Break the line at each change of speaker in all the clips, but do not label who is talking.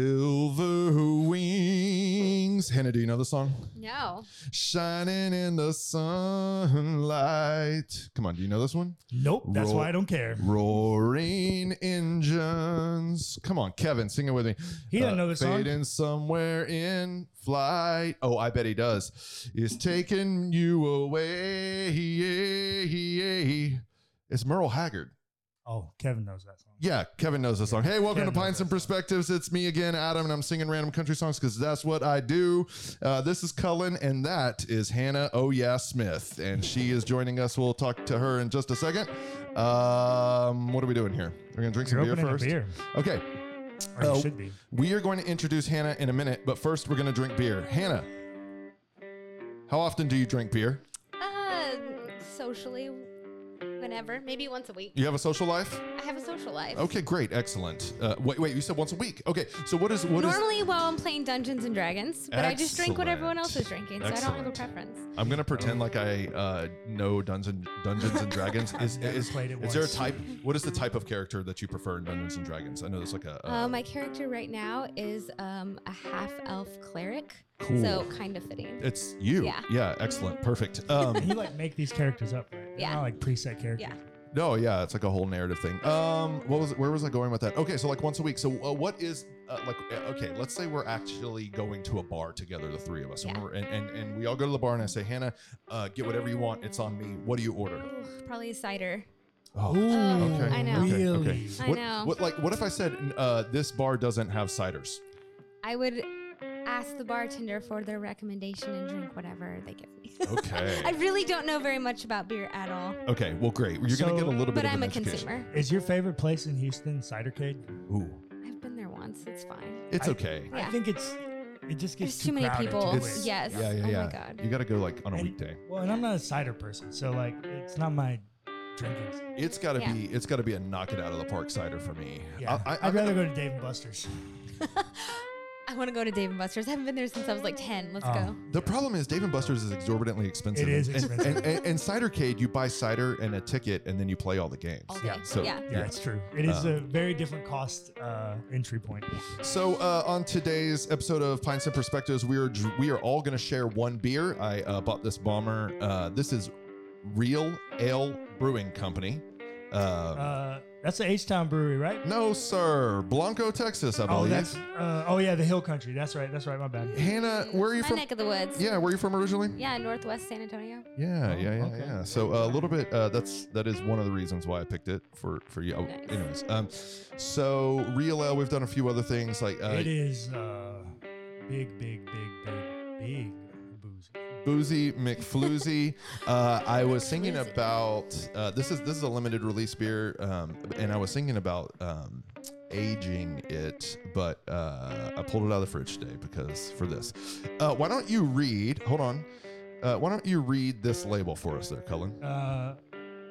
Silver wings. Hannah, do you know the song?
No.
Shining in the sunlight. Come on, do you know this one?
Nope. That's
Roll.
why I don't care.
Roaring engines. Come on, Kevin, sing it with me.
He doesn't
uh,
know this song.
Fading somewhere in flight. Oh, I bet he does. Is taking you away. It's Merle Haggard.
Oh, Kevin knows that song.
Yeah, Kevin knows this song. Hey, welcome to
Kevin knows
Pints
that
and
song.
Perspectives. It's me again, Adam, and I'm singing random country songs because that's what I do. Uh, this is Cullen, and that is Hannah Oh Yeah Smith, and she is joining us. We'll talk to her in just a second. Um, what are we doing here? We're gonna drink some
You're
beer
opening
first.
a beer.
Okay,
Or you
Oh.
should be.
we are going to introduce Hannah in a minute, but first we're gonna drink beer. Hannah, how often do you drink beer?
Uh, socially, whenever. Maybe once a week.
You have a social life?
I have a social life.
Okay, great, excellent. Uh, wait, wait, you said once a week. Okay, so what is what is-
Normally, while I'm playing Dungeons and Dragons, but I just drink what everyone else is
Excellent.
drinking, so I don't have a
Excellent.
preference.
I'm gonna pretend like I uh, know Dungeons Dungeons and Dragons. Is,
never
is,
played it
is there a
once.
type? What is the type of character that you prefer in Dungeons and Dragons? I know there's like a, a
Uh, my character right now is um, a half elf cleric,
Cool.
so kind of fitting.
it's you.
Yeah.
excellent, perfect. Um,
And you like make these characters up, right? They're
Yeah.
Not like preset characters.
Yeah.
no, yeah, it's like a whole narrative thing. Um, what was where was I going with that? Okay, so like once a week. So uh, what is uh, like? uh, Okay, let's say we're actually going to a bar together, the three of us, and,
Yeah.
we're, and, and and we all go to the bar, and I say, Hannah, uh, get whatever you want. It's on me. What do you order?
Ooh, probably a cider.
Oh,
Oh, I know.
Okay,
Really?
okay.
I
what,
know.
What like what if I said uh, this bar doesn't have ciders?
I would ask the bartender for their recommendation and drink whatever they give me. I
Okay.
really don't know very much about beer at all,
okay. Well, great. You're
So-
gonna get a little bit.
but
of
I'm
an
a
education.
consumer.
Is your favorite place in Houston Cidercade?
Ooh,
I've been there once. It's fine.
it's
I-
okay.
I
Yeah.
think it's it just gets
There's too many
crowded
people.
too
It's-
quick.
yes.
Yeah, yeah,
oh
yeah.
my god.
You gotta go like on a
And-
weekday.
Well, and I'm not a cider person, so like it's not my drinking.
It's gotta
Yeah.
be. It's gotta be a knock it out of the park cider for me. I, I,
Yeah, I,
I'm
would
gonna-
rather go to Dave and Buster's.
I want to go to Dave and Buster's. I haven't been there since I was like 10. Let's
Oh.
go.
the problem is Dave and Buster's is exorbitantly expensive.
It is
And-
expensive.
And, and, and Cidercade, you buy cider and a ticket, and then you play all the games.
All
Yeah,
day.
so-
yeah.
Yeah,
Yeah.
it's true. It is
Um,
a very different cost uh, entry point.
So uh, on today's episode of Pints and Perspectives, we are dr- we are all going to share one beer. I uh, bought this bomber. Uh, this is Real Ale Brewing Company. Uh,
Uh, that's the H Town Brewery, right?
no, sir, Blanco, Texas, I
Oh,
believe.
that's uh, oh yeah, the Hill Country. That's right. That's right. My bad.
Hannah, uh, where are you
My
from?
neck of the woods.
Yeah, where are you from originally?
Yeah, Northwest San Antonio.
Yeah, yeah,
Oh,
yeah,
okay.
yeah. So uh, a little bit. Uh, that's that is one of the reasons why I picked it for for you. Oh,
Nice.
Anyways, um, so Real Ale. We've done a few other things like uh,
it is uh, big, big, big, big, big boozy.
Boozy McFloozy. uh, I was thinking
Floozy.
about uh, this is this is a limited release beer, um, and I was thinking about um, aging it, but uh, I pulled it out of the fridge today because for this. Uh, why don't you read? Hold on. Uh, why don't you read this label for us, there, Cullen?
Uh,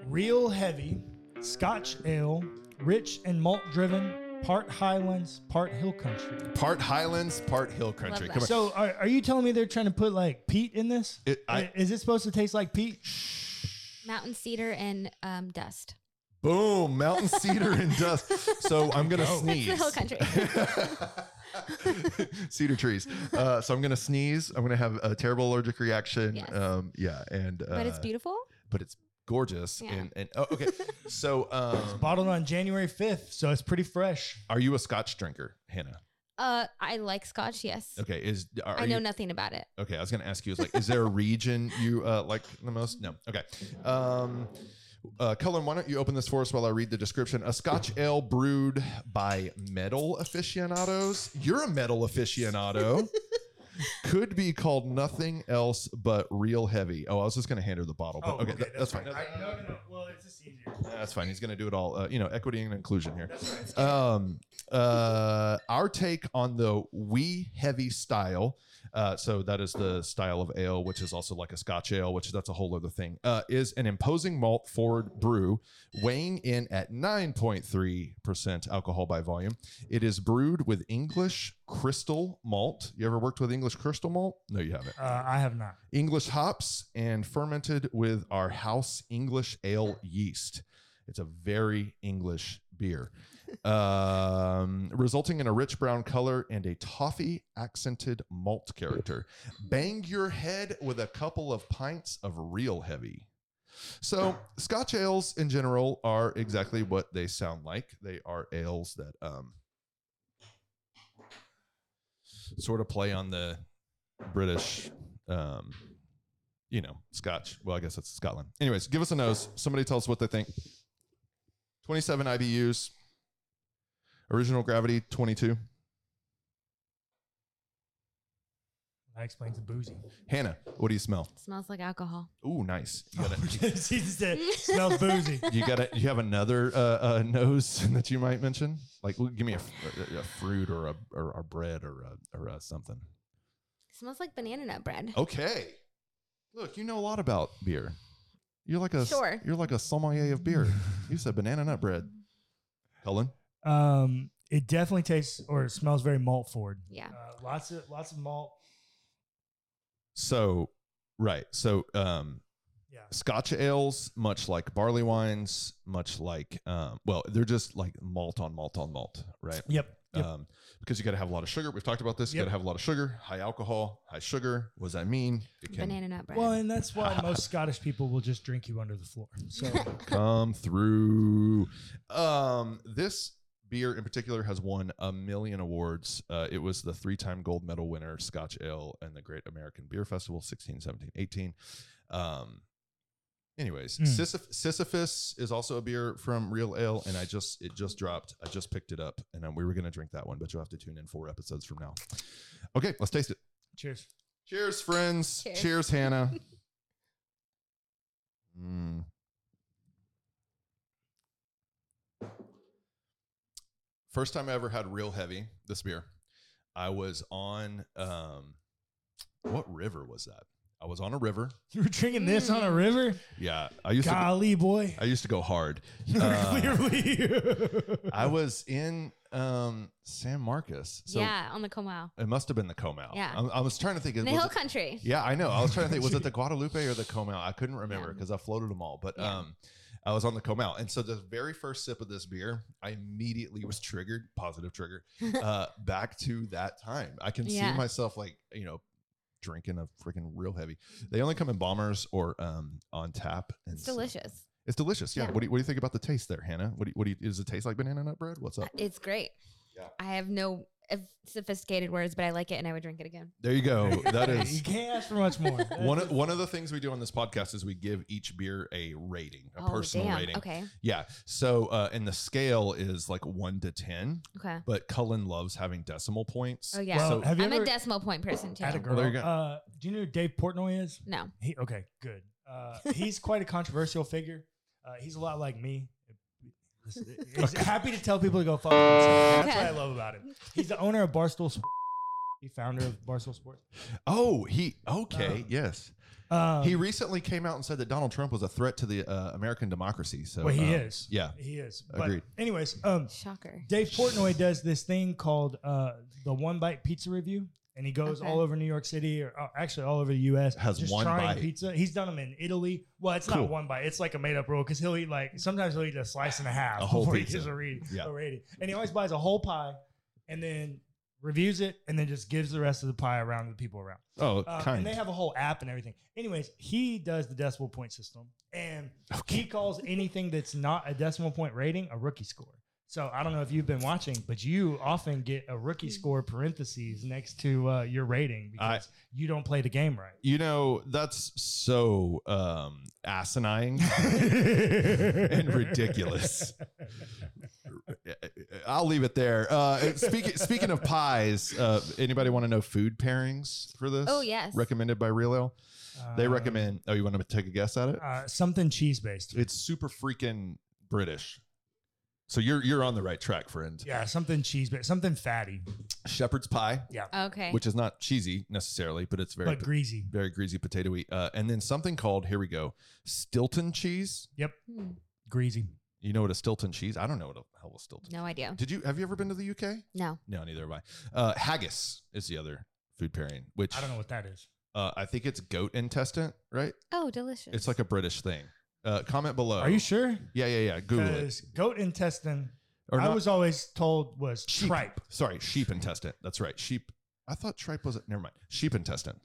real heavy Scotch ale, rich and malt driven, part Highlands, part Hill Country.
Part Highlands, part Hill Country.
that.
Come on.
So are, are you telling me they're trying to put like peat in this?
It- I-
is it supposed to taste like peat?
Mountain cedar and um, dust.
Boom! Mountain cedar and dust. So I'm gonna
That's
sneeze.
the hill country.
cedar trees. Uh, so I'm gonna sneeze. I'm gonna have a terrible allergic reaction.
Yes.
Um, yeah, and uh,
but it's beautiful.
But it's gorgeous.
Yeah.
And and oh, okay. so um,
Bottled on January fifth, so it's pretty fresh.
are you a Scotch drinker, Hannah?
Uh, I like scotch, yes.
Okay. Is are
I know
you,
nothing about it.
Okay, I was gonna ask you. Is like, is there a region you uh, like the most? No. Okay. Um, uh, Cullen, why don't you open this for us while I read the description? A Scotch ale brewed by metal aficionados. You're a metal aficionado. Could be called nothing else but real heavy. Oh, I was just gonna hand her the bottle, but
Oh,
Oh, okay, that- that's, fine.
I- no, no, no. Well, it's just easier.
That's fine. He's gonna do it all. Uh, you know, equity and inclusion here. Um, uh, our take on the wee heavy style. Uh, so that is the style of ale, which is also like a Scotch ale, which that's a whole other thing. Uh, is an imposing malt forward brew, weighing in at 9.3 percent alcohol by volume. It is brewed with English crystal malt. You ever worked with English crystal malt? No, you haven't.
Uh, I have not.
English hops and fermented with our house English ale yeast. It's a very English beer. um, resulting in a rich brown color and a toffee accented malt character. Bang your head with a couple of pints of real heavy. So, Scotch ales in general are exactly what they sound like. They are ales that um, sort of play on the British, um, you know, Scotch. Well, I guess that's Scotland. Anyways, give us a nose. Somebody tell us what they think. 27 IBUs, original gravity 22.
That explains the boozy.
Hannah, what do you smell?
Smells like alcohol.
Ooh, nice. You got a,
she said, smells boozy.
you got a, you have another uh, uh, nose that you might mention? Like, l- give me a, f- a- a fruit or a or a bread or a, or a something.
Smells like banana nut bread.
Okay. Look, you know a lot about beer. You're like a s-
Sure.
You're like a sommelier of beer. you said banana nut bread. Helen,
Um, it definitely tastes or it smells very malt forward.
Yeah.
Uh, lots of lots of malt.
So, right. So, um,
Yeah.
Scotch ales, much like barley wines, much like, um, well, they're just like malt on malt on malt, right?
Yep. yep.
Um, because you got to have a lot of sugar. We've talked about this. You
Yep.
got to have a lot of sugar, high alcohol, high sugar. What does that mean? It can
Banana nut bread.
well, and that's why most Scottish people will just drink you under the floor. So
come through. Um, this beer in particular has won a million awards. Uh, it was the three time gold medal winner, Scotch Ale, and the Great American Beer Festival 16, 17, 18. Um, anyways,
Mm.
Sisyph- Sisyphus is also a beer from Real Ale, and I just, it just dropped. I just picked it up, and um, we were going to drink that one, but you'll have to tune in four episodes from now. Okay, let's taste it.
cheers.
Cheers, friends. Cheers,
Cheers.
Hannah. Mm. First time I ever had real heavy this beer. I was on um, what river was that? I was on a river.
You were drinking this on a river?
Yeah, I used to.
Golly boy.
I used to go hard. Uh,
Clearly.
I was in um, San Marcos, so
yeah, on the Comau.
it must have been the Comau.
Yeah.
I, I was trying to think.
In
It
the
was
hill
it-
country.
Yeah, I know. I was trying to think, was it the Guadalupe or the Comau? I couldn't remember
Yeah.
because I floated them all. But
Yeah.
um, I was on the Comau, and so the very first sip of this beer, I immediately was triggered, positive trigger, uh, back to that time. I can
Yeah.
see myself like you know drinking a freaking real heavy. They only come in bombers or um on tap. And
It's
so-
delicious.
It's delicious. Yeah.
Yeah.
What do you, what do you think about the taste there, Hannah? What do you, what do you, does it taste like banana nut bread? What's up?
It's great.
Oh. Yeah.
I have no uh, sophisticated words, but I like it and I would drink it again.
There you go. That
Hey,
is
You can't ask for much more.
one of, one of the things we do on this podcast is we give each beer a rating, a personal
Oh, damn.
rating.
Okay.
Yeah. So, uh, and the scale is like one to 10,
Okay.
but Cullen loves having decimal points.
Oh, yeah.
So,
have you
I'm
ever
a decimal point person too.
had a
Well,
girl?
there you go.
Uh, do you know who Dave Portnoy is?
No.
He okay, good. Uh, he's quite a controversial figure. Uh, he's a lot like me. Listen, He's happy to tell people to go fuck themselves. That's what I love about him. He's the owner of Barstool Sports. He founder of Barstool Sports.
oh, he, okay.
Uh,
yes.
Um,
he recently came out and said that Donald Trump was a threat to the uh, American democracy. So,
well, he
um,
is.
Yeah.
he is. But
Agreed.
anyways, um,
Shocker.
Dave Portnoy does this thing called uh, the One Bite Pizza Review, and he goes
Okay.
all over New York City, or uh, actually all over the U.S.
Has
just
one
trying
bite.
pizza. He's done them in Italy. Well, it's
Cool.
not one bite; it's like a made-up rule because he'll eat like sometimes he'll eat a slice and a half
A whole
before
pizza.
he gives a, read,
Yeah.
a rating, and he always buys a whole pie and then reviews it, and then just gives the rest of the pie around to the people around.
Oh,
Um,
kind.
and they have a whole app and everything. Anyways, he does the decimal point system, and he calls anything that's not a decimal point rating a rookie score. So I don't know if you've been watching, but you often get a rookie score parentheses next to uh, your rating
I-
because you don't play the game right.
you know, that's so um, asinine.
and
ridiculous. I'll leave it there. Uh, speaking speaking of pies, uh, anybody want to know food pairings for this?
Oh, yes.
recommended by Real Ale. They recommend. Oh, you want to take a guess at it?
uh, something cheese based.
It's super freaking British. So you're you're on the right track, friend.
Yeah, something cheese based, something fatty,
Shepherd's pie,
Okay.
which is not cheesy necessarily, but it's very
but greasy.
very greasy, potatoey, uh, and then something called here we go, Stilton cheese.
Hmm,
Greasy.
You know what a Stilton cheese? I don't know what the hell a Stilton.
no idea.
Did you have you ever been to the UK?
No.
No, neither have I. Uh, haggis is the other food pairing, which
I don't know what that is.
Uh, I think it's goat intestine, right?
Oh, delicious.
It's like a British thing. Uh, comment below.
Are you sure?
Yeah, yeah, yeah. Google it.
Because goat intestine
Or
I
not,
was always told was
Sheep.
tripe.
sorry, sheep intestine. That's right. Sheep. I thought tripe was it. Never mind. Sheep intestine.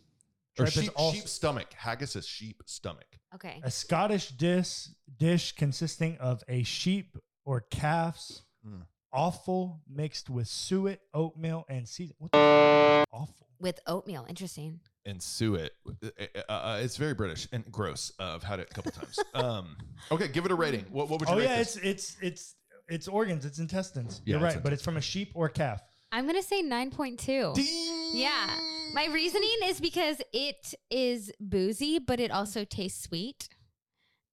Tripe
or
is
sheep,
also-
sheep stomach. Haggis is sheep stomach.
Okay.
A Scottish dish, dish consisting of a sheep or calf's
Mm.
offal mixed with suet, oatmeal, and season. What the f- is offal?
With oatmeal. Interesting.
And suet. Uh, uh, uh, it's very British and gross. Uh, I've had it a couple times. Um, okay, give it a rating. What, what would you
Oh
rate
yeah,
this?
it's it's it's it's organs, it's intestines.
Yeah,
You're
it's
right, but it's from a sheep or calf.
I'm gonna say 9.2.
Ding!
Yeah. My reasoning is because it is boozy, but it also tastes sweet.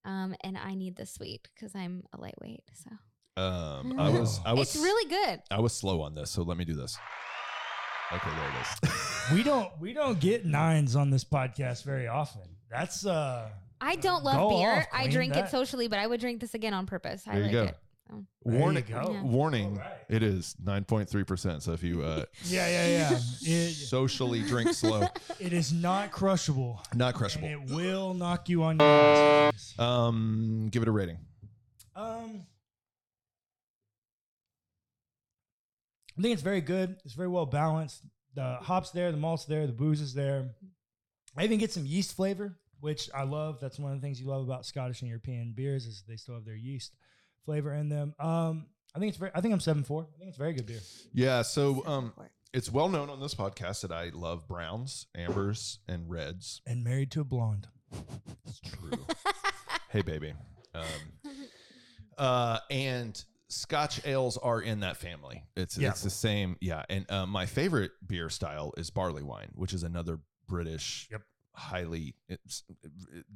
Um, and I need the sweet because I'm a lightweight. So
Um, I was. I was.
it's really good.
I was slow on this, so let me do this. Okay, there it is.
We don't we don't get nines on this podcast very often. That's uh
I don't love
Go
beer.
off,
I
queen,
drink
that-
it socially, but I would drink this again on purpose. I
There you
like
go.
it. So,
There you
warning.
go.
Yeah.
Warning.
All right.
It is nine point three percent. So if you uh,
yeah, yeah, yeah. It,
socially drink slow,
it is not crushable.
not
And
crushable.
it will knock you on your ass.
Um, give it a rating.
Um I think it's very good. It's very well balanced. The hops there, the malt's there, the booze is there. I even get some yeast flavor, which I love. That's one of the things you love about Scottish and European beers is they still have their yeast flavor in them. Um, I think it's very. I think I'm seven four. I think it's a very good beer.
Yeah. So um, it's well known on this podcast that I love browns, ambers, and reds.
And married to a blonde.
It's true. hey, baby. Um, uh, and Scotch ales are in that family. It's
Yeah.
it's the same. Yeah. And uh, my favorite beer style is barley wine, which is another British,
Yep.
highly. It's,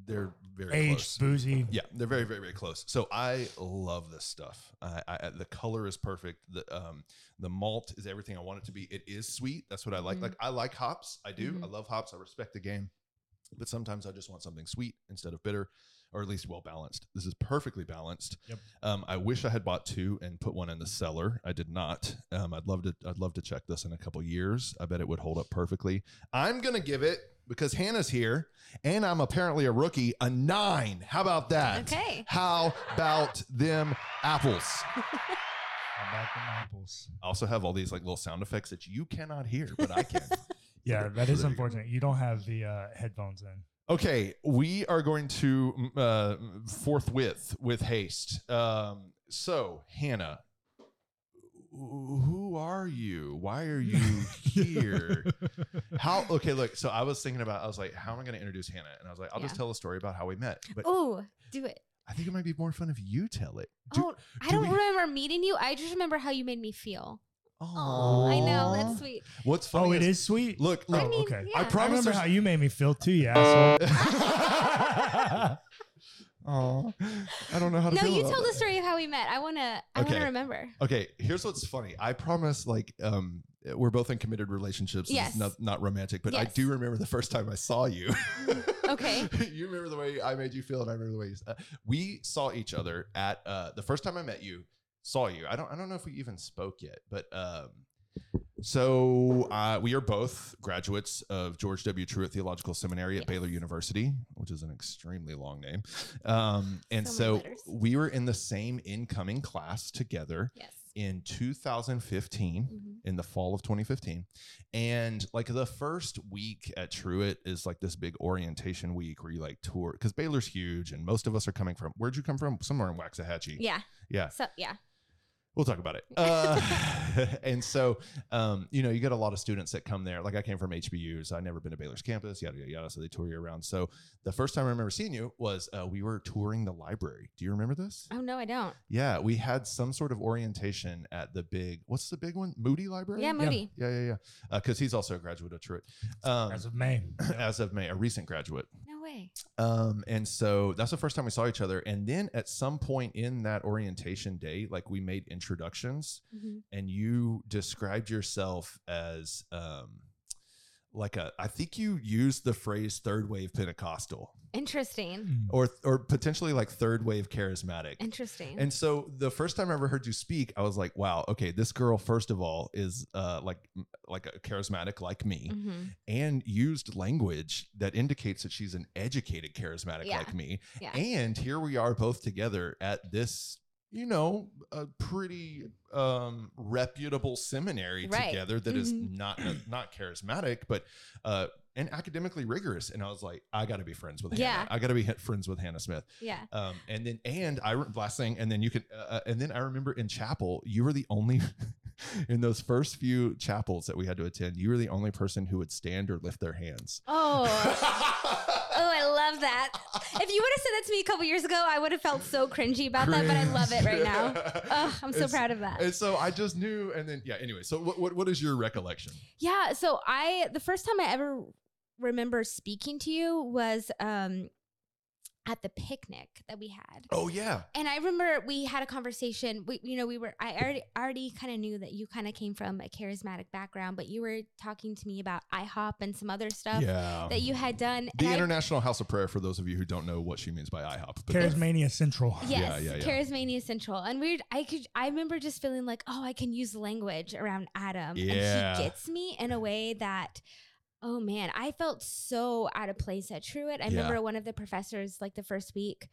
they're very
Aged
close.
boozy.
Yeah, they're very, very, very close. So I love this stuff. I, I the color is perfect. The um the malt is everything I want it to be. It is sweet. That's what I like.
Mhm.
Like I like hops. I do.
Mhm.
I love hops. I respect the game. But sometimes I just want something sweet instead of bitter, or at least well balanced. This is perfectly balanced.
Yep.
Um, I wish I had bought two and put one in the cellar. I did not. Um, I'd love to. I'd love to check this in a couple years. I bet it would hold up perfectly. I'm gonna give it because Hannah's here and I'm apparently a rookie, a nine. How about that?
Okay.
How about them apples?
I like them apples.
I also have all these like little sound effects that you cannot hear, but I can.
Yeah, that is
There you go.
unfortunate. You don't have the uh, headphones in.
Okay, we are going to uh, forthwith with haste. Um, so, Hannah, who are you? Why are you here?
Oh,
how? Okay, look. So I was thinking about. I was like, how am I going to introduce Hannah? And I was like, I'll just
Yeah.
tell a story about how we met. But
Oh, do it.
I think it might be more fun if you tell it.
oh, I
do
don't
we-
remember meeting you. I just remember how you made me feel. Oh,
Aw.
I know. That's sweet.
What's funny?
Oh, it is sweet.
Look,
Oh,
look.
I mean,
okay.
I
yeah.
I
promise
remember
there's-
how you made me feel too, you asshole.
Oh, I don't know how to.
No,
feel
you
about
tell the
that.
story of how we met. I wanna. I
Okay.
wanna remember.
Okay, here's what's funny. I promise, like, um, we're both in committed relationships. and It's
Yes.
not, not romantic, but I
Yes.
do remember the first time I saw you.
Okay.
you remember the way I made you feel, and I remember the way you, uh, we saw each other at uh, the first time I met you. Saw you. I don't. I don't know if we even spoke yet, but um, so uh, we are both graduates of George W. Truett Theological Seminary at
Yes.
Baylor University, which is an extremely long name. Um, and
So many
so,
letters.
we were in the same incoming class together
Yes.
in 2015
Mhm.
in the fall of 2015. And like the first week at Truett is like this big orientation week where you like tour because Baylor's huge and most of us are coming from where'd you come from? Somewhere in Waxahachie.
Yeah.
Yeah.
So yeah.
We'll talk about it. Uh, and so, um, you know, you get a lot of students that come there. Like I came from HBUs. I never been to Baylor's campus, yada, yada, yada. So they tour you around. So the first time I remember seeing you was uh, we were touring the library. Do you remember this?
Oh no, I don't.
Yeah. We had some sort of orientation at the big, what's the big one? Moody Library?
Yeah, Moody.
Yeah, yeah, yeah. Because he's also a graduate of Truett, um,
As of May.
as of May, a recent graduate.
No way.
Um, and so that's the first time we saw each other. And then at some point in that orientation day, like we made introductions,
Mhm.
and you described yourself as um, like a. I think you used the phrase third wave Pentecostal,
Interesting.
or or potentially like third wave charismatic.
Interesting.
And so the first time I ever heard you speak, I was like, "Wow, okay, this girl, first of all, is uh, like like a charismatic like me,
Mhm.
and used language that indicates that she's an educated charismatic
Yeah.
like me.
Yeah.
And here we are both together at this you know, a pretty um, reputable seminary
Right.
together that is
Mhm.
not not charismatic, but uh, and academically rigorous. And I was like, I got to be friends with
Yeah.
Hannah. I got to be he- friends with Hannah Smith.
Yeah.
Um, and then and I re- last thing, and then you could, uh, uh, and then I remember in chapel, you were the only. In those first few chapels that we had to attend, you were the only person who would stand or lift their hands.
Oh. Oh, I love that. If you would have said that to me a couple years ago, I would have felt so cringy about that, but I love it right now. Oh, I'm so
It's-
proud of that.
And so I just knew, and then yeah. Anyway, so what what, what is your recollection?
Yeah. So I the first time I ever remember speaking to you was um at the picnic that we had.
Oh yeah,
And I remember we had a conversation. We, you know, we were. I already already kind of knew that you kind of came from a charismatic background, but you were talking to me about IHOP and some other stuff
yeah.
that you had done.
the
and I-
International House of Prayer. For those of you who don't know what she means by IHOP, but
Charismania Central.
Yes,
Yeah, yeah, yeah.
Charismania Central. And weird, I could I remember just feeling like, oh, I can use language around Adam.
Yeah.
And he gets me in a way that oh man, I felt so out of place at Truett. I
Yeah.
remember one of the professors, like the first week,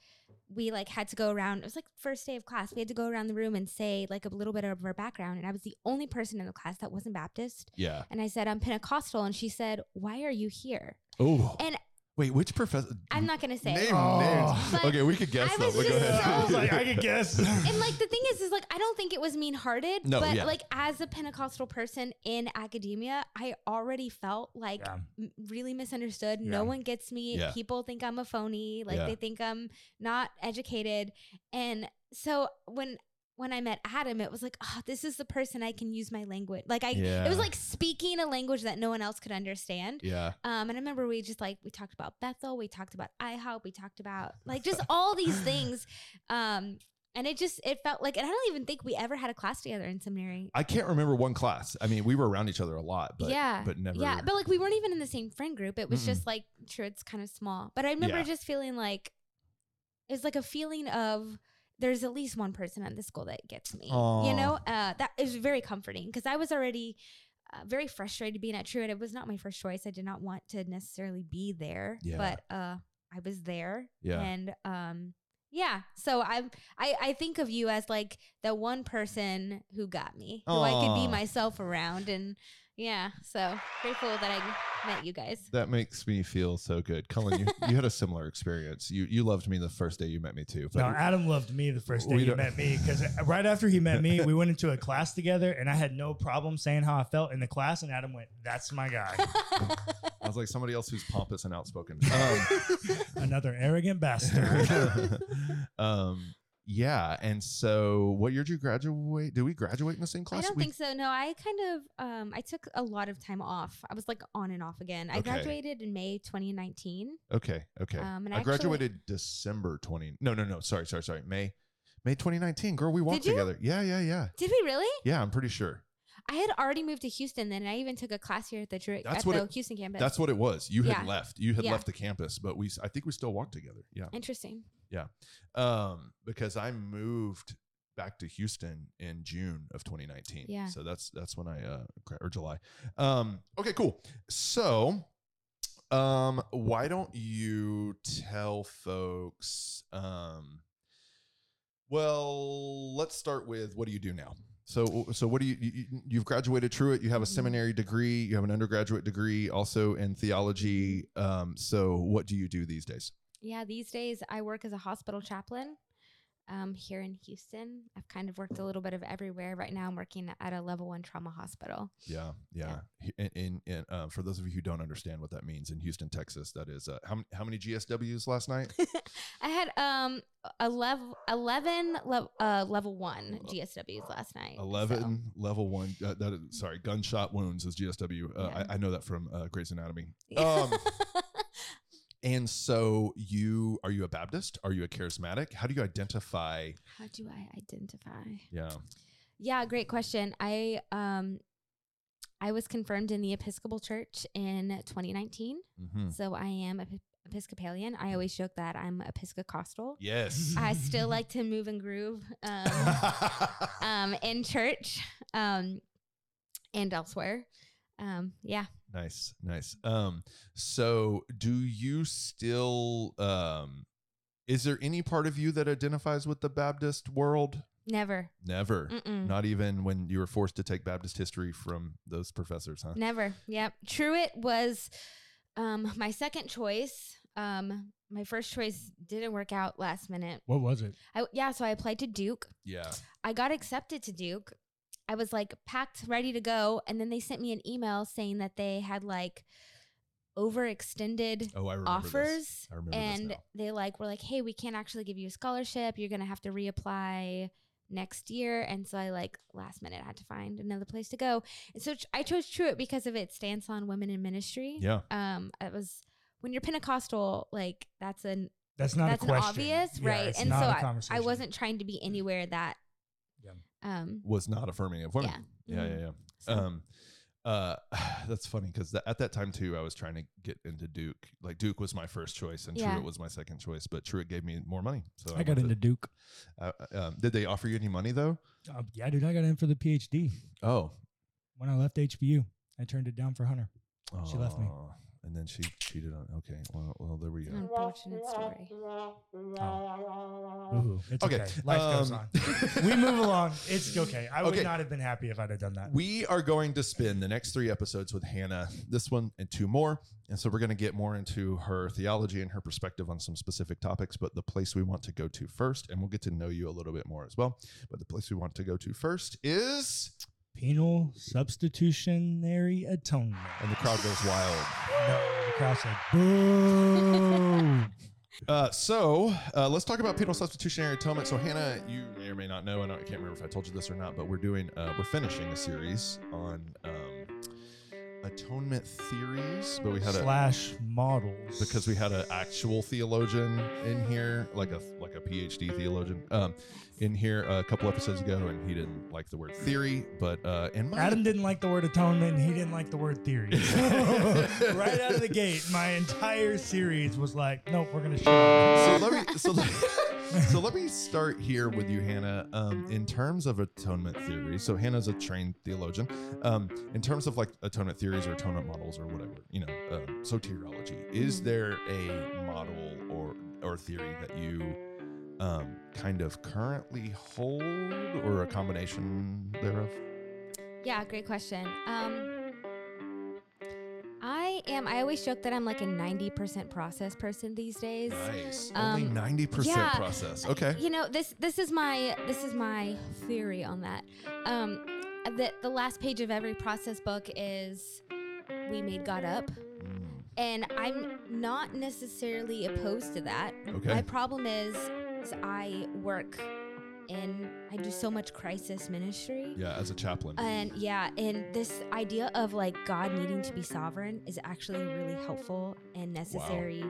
we like had to go around, it was like first day of class. We had to go around the room and say like a little bit of our background. And I was the only person in the class that wasn't Baptist.
yeah.
And I said, I'm Pentecostal. And she said, Why are you here?
Oh,
And-
wait, which professor?
I'm not gonna say.
name
Oh.
names.
But
Okay, we could guess
I
though.
was
But go
just
ahead.
I was like, I could guess.
and like the thing is is like i don't think it was mean hearted
No,
but
yeah.
like as a pentecostal person in academia i already felt like
Yeah.
m- really misunderstood
Yeah.
no one gets me
Yeah.
people think i'm a phony like
Yeah.
they think i'm not educated and so when when i met adam it was like oh this is the person i can use my language like i it
Yeah.
was like speaking a language that no one else could understand
yeah,
um, and I remember we just like we talked about Bethel, we talked about IHOP, we talked about like just all these things. Um, and it just it felt like and I don't even think we ever had a class together in seminary.
I can't remember one class. I mean, we were around each other a lot, but
yeah.
but never.
Yeah, but like we weren't even in the same friend group. It was
Mm-mm.
just like sure it's kind of small. But I remember
Yeah.
just feeling like it's like a feeling of there's at least one person at the school that gets me.
Aw.
You know, uh, that is very comforting because I was already uh, very frustrated being at Truett. It was not my first choice. I did not want to necessarily be there,
Yeah.
but uh, I was there,
Yeah.
and um, yeah. So I I I think of you as like the one person who got me, who I could
Aw.
be myself around, and yeah. So grateful that I met you guys.
That makes me feel so good, Cullen. You, you had a similar experience. You you loved me the first day you met me too.
No, Adam loved me the first day
We
he
don't-
met me because right after he met me, we went into a class together, and I had no problem saying how I felt in the class. And Adam went, "That's my guy."
I was like somebody else who's pompous and outspoken. Um,
Another arrogant bastard.
um, yeah, and so what year did you graduate? Did we graduate in the same
I
class?
don't
We-
think so. No, I kind of um I took a lot of time off. I was like on and off again. I
Okay.
graduated in May 2019.
Okay, okay.
Um, and
I
actually-
graduated December twenty. No, no, no. Sorry, sorry, sorry. May, May twenty nineteen. Girl, we walked
you?
together. Yeah, yeah, yeah,
Did we really?
yeah. I'm pretty sure
I had already moved to Houston then, and I even took a class here at the Druid,
That's
at
what
the
it-
Houston campus.
that's what it was. You had
Yeah.
left. You had
Yeah.
left the campus, but we. s- I think we still walked together. Yeah.
interesting.
um, because I moved back to Houston in June of 2019.
Yeah.
So that's that's when I uh gra- or July. Um, okay, cool. So, um, why don't you tell folks? Um, well, let's start with what do you do now? So, so what do you, you you- you've graduated Truett? You have a
Mhm.
seminary degree. You have an undergraduate degree, also in theology. Um, so, what do you do these days?
Yeah, these days I work as a hospital chaplain um, here in Houston. I've kind of worked a little bit of everywhere. Right now, I'm working at a level one trauma hospital.
Yeah, yeah. He- And, and, and uh, for those of you who don't understand what that means in Houston, Texas, that is uh, how, m- how many GSWs last night?
I had um a level eleven lev- uh, level one GSWs last night. so-
Eleven level one. Uh, that is, sorry, gunshot wounds is GSW. Uh,
Yeah.
I, I know that from uh, Grey's Anatomy.
Yeah.
Um, And so, you are you a Baptist? Are you a charismatic? How do you identify?
How do I identify?
Yeah,
Yeah, great question. I um I was confirmed in the Episcopal Church in 2019.
hmm
So I am Ep- Episcopalian. I always joke that I'm Episcopal.
yes.
I still like to move and groove um,
nice.
um, in church um, and elsewhere. Um, yeah.
Nice. Um, so do you still um is there any part of you that identifies with the Baptist world?
Never.
Never.
Mm-mm.
Not even when you were forced to take Baptist history from those professors, huh?
Never. Yep. Truitt was um, my second choice. Um, my first choice didn't work out last minute.
What was it?
I, yeah, so I applied to Duke.
Yeah.
I got accepted to Duke. I was like packed, ready to go. And then they sent me an email saying that they had like overextended
Oh, I remember This.
offers.
I remember this
And
now.
they like were like, hey, we can't actually give you a scholarship. You're going to have to reapply next year. And so I like last minute had to find another place to go. And so ch- I chose Truett because of its stance on women in ministry.
Yeah.
Um, it was when you're Pentecostal, like that's an
That's not
That's
a
an
question.
obvious,
Yeah,
right,
it's
and
not
so
a
I
conversation.
wasn't trying to be anywhere that.
Yeah.
Um.
Was not affirming of women. Yeah,
Mhm.
yeah, yeah.
So-
Um, uh, that's funny because at that time too, I was trying to get into Duke. Like Duke was my first choice, and
Yeah.
Truett was my second choice. But Truett gave me more money, so
I got
went
into
to-
Duke.
Uh, um, did they offer you any money though?
Uh, yeah, dude, I got in for the PhD
Oh,
when I left HBU. I turned it down for Hunter. She left me.
Aw. and then she cheated on. Okay, well, well, there we
It's
go.
an unfortunate story.
Ooh, it's Oh, okay. Life goes
um,
on. we move along. It's okay. I would
Okay.
not have been happy if I'd have done that.
We are going to spend the next three episodes with Hannah, this one and two more. And so we're going to get more into her theology and her perspective on some specific topics. But the place we want to go to first, and we'll get to know you a little bit more as well. But the place we want to go to first is,
Penal substitutionary atonement.
and the crowd goes wild.
No, the crowd said, boo.
Uh, so uh, let's talk about penal substitutionary atonement. So Hannah, you may or may not know. I, don't, I can't remember if I told you this or not, but we're doing uh, we're finishing a series on um, atonement theories. But we had a
slash models.
because we had an actual theologian in here, like a like a PhD theologian, um, in here a couple episodes ago, and he didn't like the word theory, but uh, in my
Adam didn't like the word atonement. and He didn't like the word theory. So, right out of the gate, my entire series was like, nope, we're going to shoot.
so let me so let, so let me start here with you, Hannah. Um, in terms of atonement theory, so Hannah's a trained theologian. Um, in terms of like atonement theories or atonement models or whatever, you know, uh, soteriology. Is
Mhm.
there a model or or theory that you um, kind of currently hold or a combination thereof?
Yeah. Great question. Um. I am. I always joke that I'm like a 90% process person these days.
Nice. Only
Um,
ninety percent
yeah.
process. Okay.
You know this. This is my. This is my theory on that. Um, the the last page of every process book is, "We made God up."
Mm,
And I'm not necessarily opposed to that.
Okay.
My problem is, is I work in, I do so much crisis ministry.
yeah, as a chaplain.
And yeah, and this idea of like God needing to be sovereign is actually a really helpful and necessary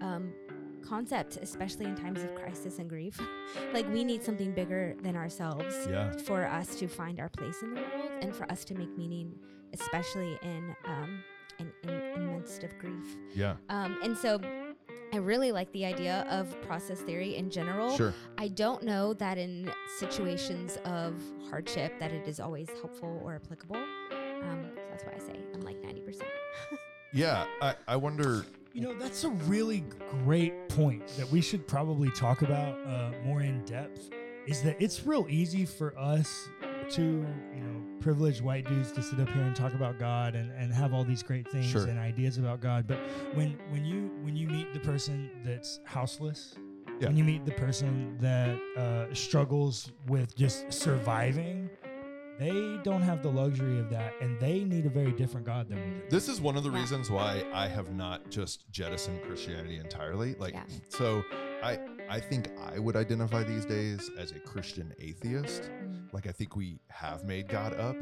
um, concept, especially in times of crisis and grief. like we need something bigger than ourselves
yeah.
for us to find our place in the world and for us to make meaning, especially in um, in, in, in midst of grief.
Yeah.
Um, and so, I really like the idea of process theory in general.
Sure.
I don't know that in situations of hardship that it is always helpful or applicable. Um, so that's why I say I'm like 90%.
Yeah. I, I wonder.
You know, that's a really great point that we should probably talk about uh, more in depth. Is that it's real easy for us to, you know, privileged white dudes to sit up here and talk about God and, and have all these great things
Sure.
and ideas about God. But when when you when you meet the person that's houseless,
Yeah.
when you meet the person that uh, struggles with just surviving, they don't have the luxury of that, and they need a very different God than we do.
This is one of the
Yeah.
reasons why I have not just jettisoned Christianity entirely. Like,
Yeah.
so I I think I would identify these days as a Christian atheist.
Mm.
Like, I think we have made God up.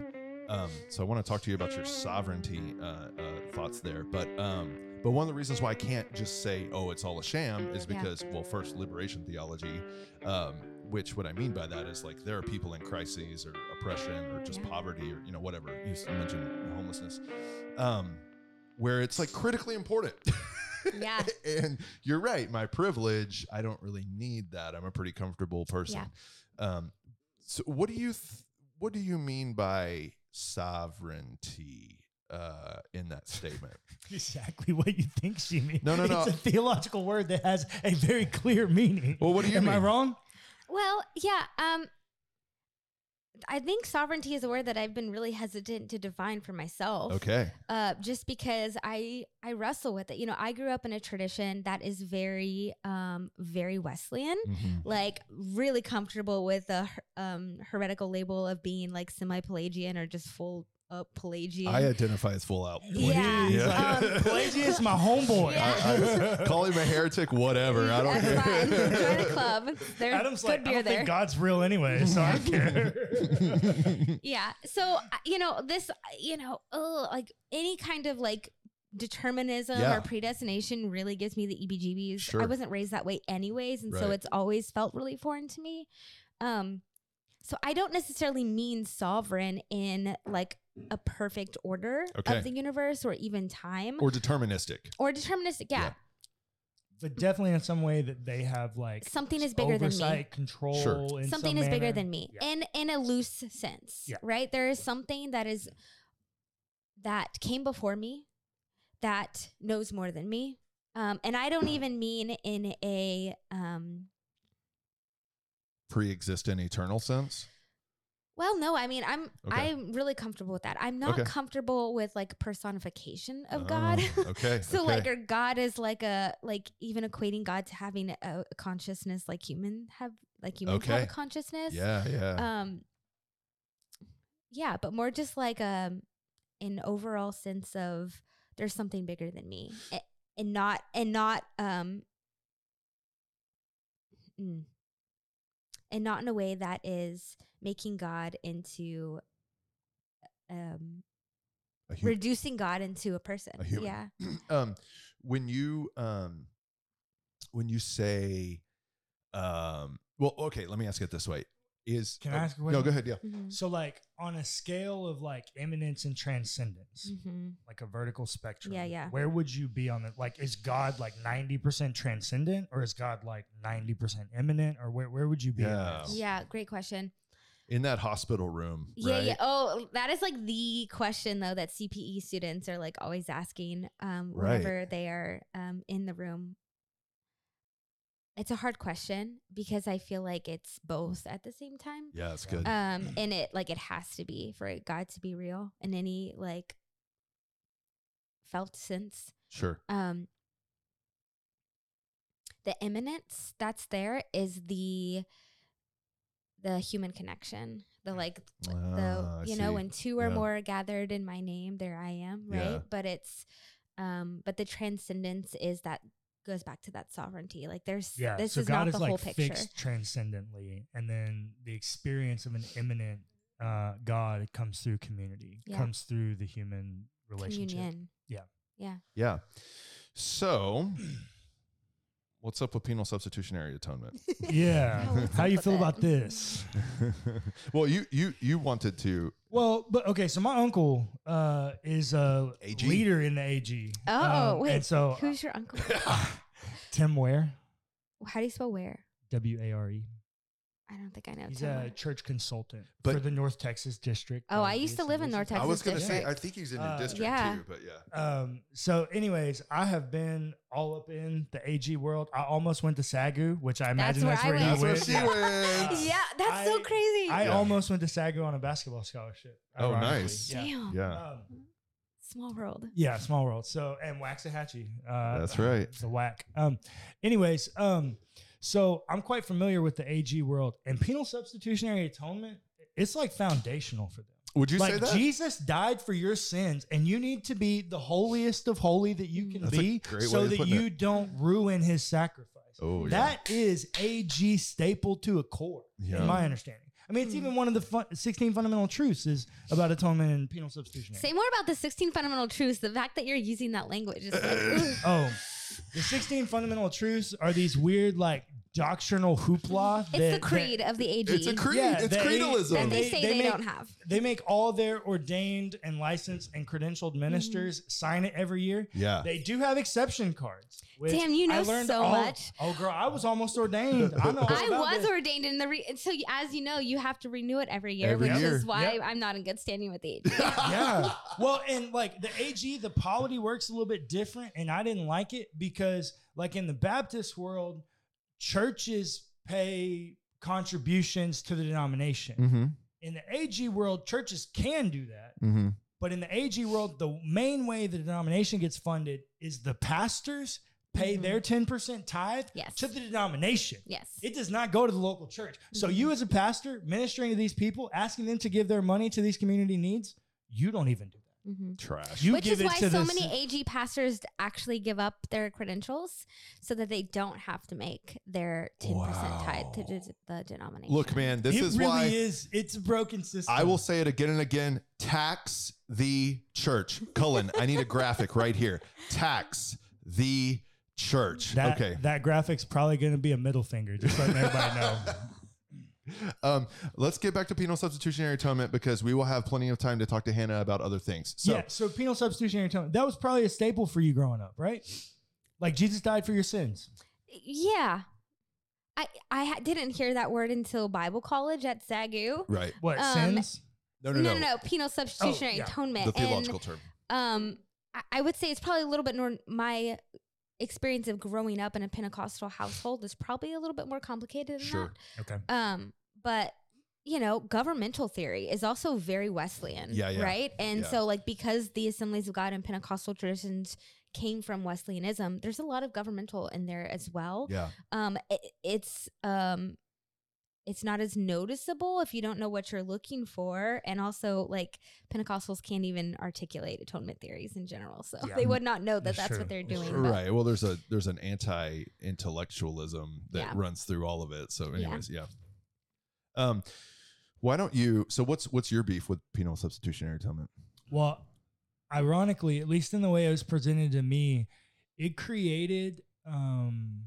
Um, so I want to talk to you about your sovereignty uh, uh, thoughts there. But um, but one of the reasons why I can't just say, oh, it's all a sham, is
Yeah.
because well, first liberation theology. Um, which what I mean by that is like there are people in crises or oppression or just
Yeah.
poverty or you know whatever you s- mentioned homelessness, um, where it's like critically important.
Yeah.
and you're right. My privilege, I don't really need that. I'm a pretty comfortable person. Um, so what do you th- what do you mean by sovereignty uh, in that statement?
exactly what you think she means.
No, no, no.
It's a theological word that has a very clear meaning.
Well, what Oh, do you
Am I
mean?
wrong?
Well, yeah. Um, I think sovereignty is a word that I've been really hesitant to define for myself.
Okay.
Uh, just because I I wrestle with it. You know, I grew up in a tradition that is very um very Wesleyan,
Mhm.
like really comfortable with the her- um heretical label of being like semi-Pelagian or just full up Pelagian.
I identify as full out.
Yeah. um,
He's
Yeah.
like, Pelagius, my homeboy.
I, I, call him a heretic, whatever. I don't
That's fine. Join the
care.
club. There's
Adam's
good
like, I
beer
don't
there.
think God's real anyway, so I don't care.
Yeah. So, I- you know, this, you know, ugh, like any kind of like determinism
Yeah.
or predestination really gives me the E EBGBs. I
Sure.
wasn't raised that way anyways. And so
Right.
it's always felt really foreign to me. Um, so I don't necessarily mean sovereign in like a perfect order
Okay.
of the universe or even time or,
or deterministic.
deterministic. Yeah.
Yeah.
but definitely in some way that they have like
Something is bigger than me.
oversight, control.
Sure.
in
something
some
is bigger
manner.
than me
Yeah.
in in a loose sense
Yeah.
right there is something that is that came before me that knows more than me um, and i don't even mean in a um,
pre-existent eternal sense.
well no i mean i'm
Okay.
i'm really comfortable with that i'm not
Okay.
comfortable with like personification of god
Oh, okay.
so
okay.
like or god is like a like even equating god to having a, a consciousness like human have like humans have a
Okay.
consciousness
yeah, yeah.
um yeah but more just like um an overall sense of there's something bigger than me a- and not and not um mm, and not in a way that is making god into um
a human.
reducing god into a person
A human.
yeah
um, when you um, when you say, um, well, okay, let me ask it this way: Is oh,
Can I ask a
No,
question?
go ahead. Yeah.
hmm
So, like on a scale of like eminence and transcendence,
Mm-hmm.
like a vertical spectrum.
Yeah, yeah.
Where would you be on that? Like, is God like ninety percent transcendent, or is God like ninety percent imminent, or where where would you be? in
Yeah.
this?
yeah great question
In that hospital room,
Yeah,
right?
yeah. Oh, that is like the question though that CPE students are like always asking um,
Right.
whenever they are um, in the room. It's a hard question because I feel like it's both at the same time.
Yeah, that's good.
Um, and it like it has to be for it- God to be real in any like felt sense.
sure.
Um, the imminence that's there is the the human connection, the like
Ah,
the
I
you know
see.
when two or
Yeah.
more are gathered in my name there i am right
Yeah.
but it's um but the transcendence is that goes back to that sovereignty like there's
Yeah.
this
so
is
God
not
is
the
like
whole picture
fixed transcendently, and then the experience of an imminent uh, God comes through community,
Yeah.
comes through the human relationship.
communion
Yeah.
yeah
Yeah. So, what's up with penal substitutionary atonement?
Yeah.
Oh, what's
How
up
you
with
feel
it?
about this?
well, you you you wanted to
Well, but okay, so my uncle uh, is a
AG?
leader in the AG.
Oh, wait,
And so
who's your uncle Oh,
Tim Ware,
how do you spell where
W A R E.
i don't think i know
He's
Tim
a
Ware.
church consultant for
But-
the North Texas district.
Oh, I used to live in North
I
Texas
was going to say,
district.
I think he's in the
Uh,
district
Yeah.
too, but yeah.
Um, so, anyways, I have been all up in the AG world. I almost went to SAGU, which I imagine
where
that's
I
where,
went.
That's
you
where
went.
she went.
yeah that's so
I-
crazy
I
Yeah.
almost went to SAGU on a basketball scholarship.
Oh,
ironically.
nice.
Yeah.
damn
Yeah.
Um,
small world
Yeah, small world. So and Waxahachie. Uh,
That's right.
The whack. Um, anyways, um, so I'm quite familiar with the AG world and penal substitutionary atonement. It's like foundational for them.
Would you say
like
that?
Jesus died for your sins, and you need to be the holiest of holy that you can
That's a
be,
great way
so
of
that
putting it.
you don't ruin His sacrifice.
oh, yeah.
That is AG staple to a core,
Yeah.
in my understanding. I mean, it's
Hmm.
even one of the fun, 16 fundamental truths is about atonement and penal substitutionary.
say more about the 16 fundamental truths the fact that you're using that language is like, ugh.
Oh, the 16 fundamental truths are these weird, like, doctrinal hoopla. that-
it's the
that-
creed of the ag
it's a creed.
Yeah,
it's
they-
that
creedalism.
they,
They-
say
they
they,
make-
don't have
they make all their ordained and licensed and credentialed ministers sign it every year.
yeah.
They do have exception cards. which
Damn, you know
I learned
so
all-
much.
Oh, girl, I was almost ordained. I know. all
I
about
was
this.
ordained in the re- and so y- as you know, you have to renew it every year,
Every
which
year.
is why
Yep.
I'm not in good standing with the
yeah. Well, and like the AG, the polity works a little bit different, and I didn't like it because, like in the Baptist world, churches pay contributions to the denomination.
mm-hmm.
In the AG world, churches can do that.
Mm-hmm.
But in the AG world, the main way the denomination gets funded is the pastors pay
Mhm.
their 10% tithe
Yes.
to the denomination.
Yes.
It does not go to the local church. So you as a pastor ministering to these people, asking them to give their money to these community needs, you don't even do that.
mm-hmm.
Trash.
You
Which
give
is
it
why
to
so
the
many
s-
AG pastors actually give up their credentials so that they don't have to make their 10% tied to
Wow.
de- the denomination.
Look, man, this
it
is
really
why
is. It's a broken system.
I will say it again and again. Tax the church. Cullen, I need a graphic right here. Tax the church.
That,
okay.
That graphic's probably going to be a middle finger, just letting everybody know.
Um, let's get back to penal substitutionary atonement because we will have plenty of time to talk to Hannah about other things. So
yeah. So penal substitutionary atonement. That was probably a staple for you growing up, right? Like Jesus died for your sins.
Yeah. I, I ha- didn't hear that word until Bible college at SAGU.
right.
What
Um,
sins?
No,
No,
no, no.
no, no. Penal substitutionary
yeah.
atonement.
The theological term.
um I, I would say it's probably a little bit more my experience of growing up in a pentecostal household is probably a little bit more complicated than
Sure.
Okay.
that um but you know governmental theory is also very wesleyan
Yeah, yeah.
right and
Yeah.
so like because the assemblies of god and pentecostal traditions came from wesleyanism there's a lot of governmental in there as well
Yeah.
um it, it's um it's not as noticeable if you don't know what you're looking for and also like pentecostals can't even articulate atonement theories in general so
Yeah.
they would not know that
That's
that's, what
true.
they're
That's
doing
true.
but-
Right. Well, there's a there's an anti intellectualism that
Yeah.
runs through all of it. So,
Yeah.
anyways, yeah. Um, why don't you? So, what's what's your beef with penal substitutionary atonement?
Well, ironically, at least in the way it was presented to me, it created um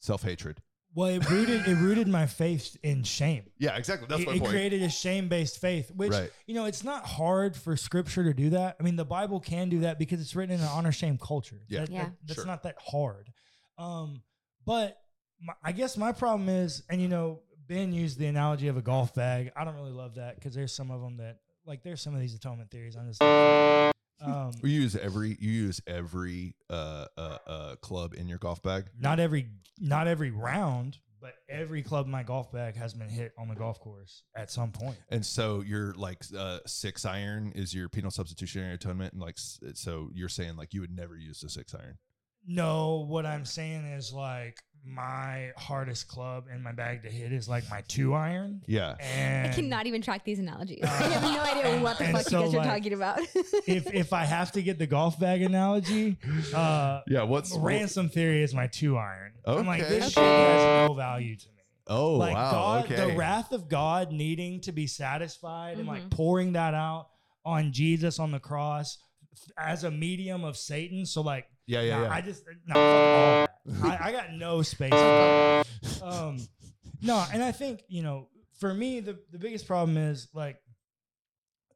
Self hatred.
well, it rooted it rooted my faith in shame.
Yeah, exactly. That's
it,
my
it
point.
created a shame-based faith, which
Right.
you know it's not hard for Scripture to do that. I mean, the Bible can do that because it's written in an honor-shame culture.
Yeah.
That- that-
Yeah.
that's
Sure.
not that hard. Um, but my, I guess my problem is, and you know, Ben used the analogy of a golf bag. I don't really love that because there's some of them that like there's some of these atonement theories on this. Um,
you use every you use every uh, uh, uh, club in your golf bag.
not every not every round, but every club in my golf bag has been hit on the golf course at some point.
And so your like uh, six iron is your penal substitutionary atonement, and like s- so you're saying like you would never use the six iron.
No, what I'm saying is like my hardest club in my bag to hit is like my two iron.
Yeah,
And
i cannot even track these analogies i have no idea what the
And
fuck
so,
you guys are
like,
talking about
if if I have to get the golf bag analogy, uh,
yeah. What's
ransom theory is my two iron. I'm like
Okay.
this shit has no value to me.
Oh
like
wow,
God,
okay.
the wrath of God needing to be satisfied and like
Mhm.
pouring that out on Jesus on the cross as a medium of Satan. So like,
yeah, yeah,
nah,
yeah.
I just nah, fuck all that. I, I got no space. For that. Um, no, and I think you know, for me, the the biggest problem is like.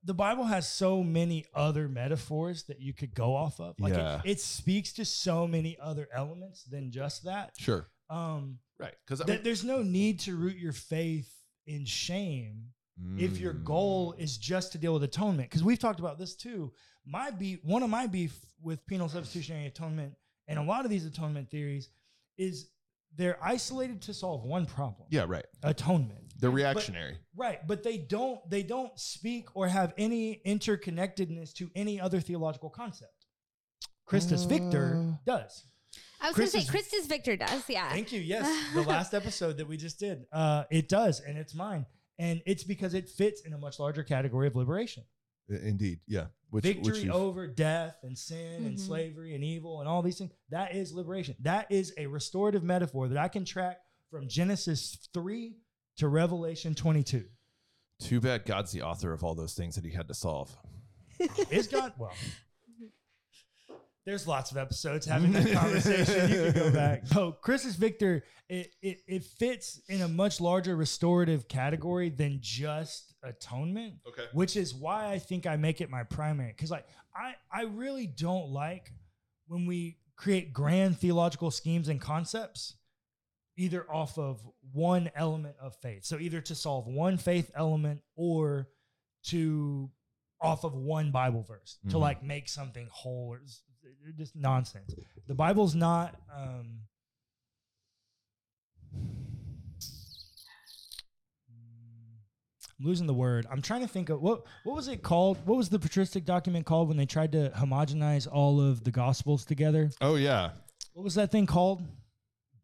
The Bible has so many other metaphors that you could go off of. Like it-
Yeah.
it speaks to so many other elements than just that.
sure,
Um,
right? Because
that there's no need to root your faith in shame if your
Mm.
goal is just to deal with atonement because we've talked about this too my beef one of my beef with penal substitutionary atonement and a lot of these atonement theories is they're isolated to solve one problem
yeah, right.
atonement
They're reactionary.
right but they don't they don't speak or have any interconnectedness to any other theological concept christus victor
Uh.
does
i was going to say
Chris's-
christus victor does yeah
Thank you. Yes, the last episode that we just did, uh, it does, and it's mine, and it's because it fits in a much larger category of liberation,
I- Indeed, yeah. Which
victory
you've-
over death and sin and
Mhm.
slavery and evil and all these things. That is liberation. That is a restorative metaphor that I can track from Genesis three to Revelation twenty-two.
Too bad God's the author of all those things that he had to solve.
Is God well? There's lots of episodes having that conversation. You can go back. So Chris's Oh, Victor, it, it it fits in a much larger restorative category than just atonement,
Okay.
which is why I think I make it my primary. Because like I I really don't like when we create grand theological schemes and concepts either off of one element of faith. So either to solve one faith element or to off of one Bible verse to
Mhm.
like make something whole or s- just nonsense. The Bible's not um I'm losing the word. I'm trying to think of what what was it called? What was the patristic document called when they tried to homogenize all of the gospels together?
Oh yeah,
What was that thing called?